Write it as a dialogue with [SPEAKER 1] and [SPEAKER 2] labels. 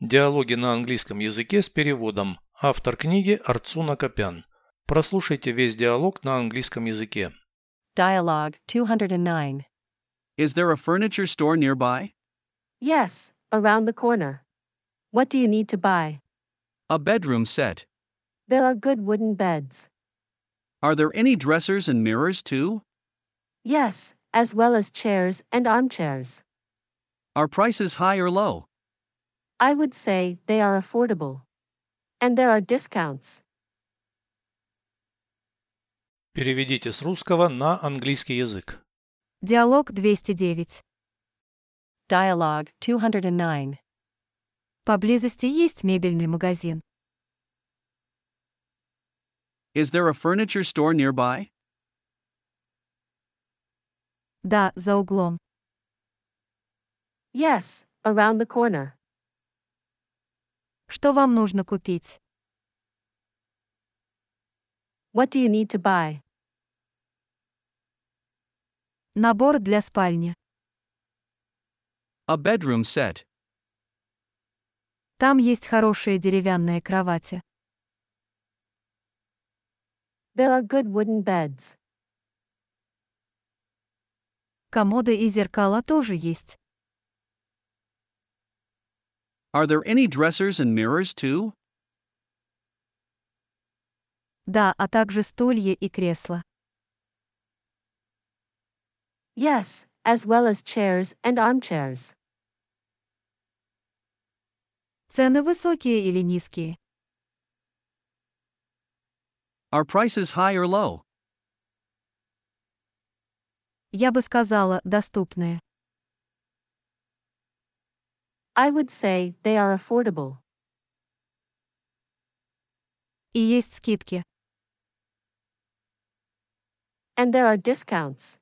[SPEAKER 1] Диалоги на английском языке с переводом. Автор книги Арцуна Копян. Прослушайте весь диалог на английском языке.
[SPEAKER 2] Dialogue 209.
[SPEAKER 3] Is there a furniture store nearby?
[SPEAKER 4] Yes, around the corner. What do you need to buy?
[SPEAKER 3] A bedroom set.
[SPEAKER 4] There are good wooden beds.
[SPEAKER 3] Are there any dressers and mirrors too?
[SPEAKER 4] Yes, as well as chairs and armchairs.
[SPEAKER 3] Are prices high or low?
[SPEAKER 4] I would say they are affordable. And there are discounts.
[SPEAKER 1] Переведите с русского на английский язык.
[SPEAKER 5] Диалог 209.
[SPEAKER 2] Dialogue 209.
[SPEAKER 5] Поблизости есть мебельный магазин.
[SPEAKER 3] Is there a furniture store nearby?
[SPEAKER 5] Да, за углом.
[SPEAKER 4] Yes, around the corner.
[SPEAKER 5] Что вам нужно купить?
[SPEAKER 4] What do you need to buy?
[SPEAKER 5] Набор для спальни.
[SPEAKER 3] A bedroom set.
[SPEAKER 5] Там есть хорошие деревянные кровати.
[SPEAKER 4] There are good wooden beds.
[SPEAKER 5] Комоды и зеркала тоже есть.
[SPEAKER 3] Are there any dressers and mirrors too?
[SPEAKER 5] Да, а также стулья и кресла.
[SPEAKER 4] Yes, as well as chairs and armchairs.
[SPEAKER 5] Цены высокие или низкие?
[SPEAKER 3] Are prices high or low?
[SPEAKER 5] Я бы сказала, доступные.
[SPEAKER 4] I would say they are affordable.
[SPEAKER 5] И есть скидки.
[SPEAKER 4] And there are discounts.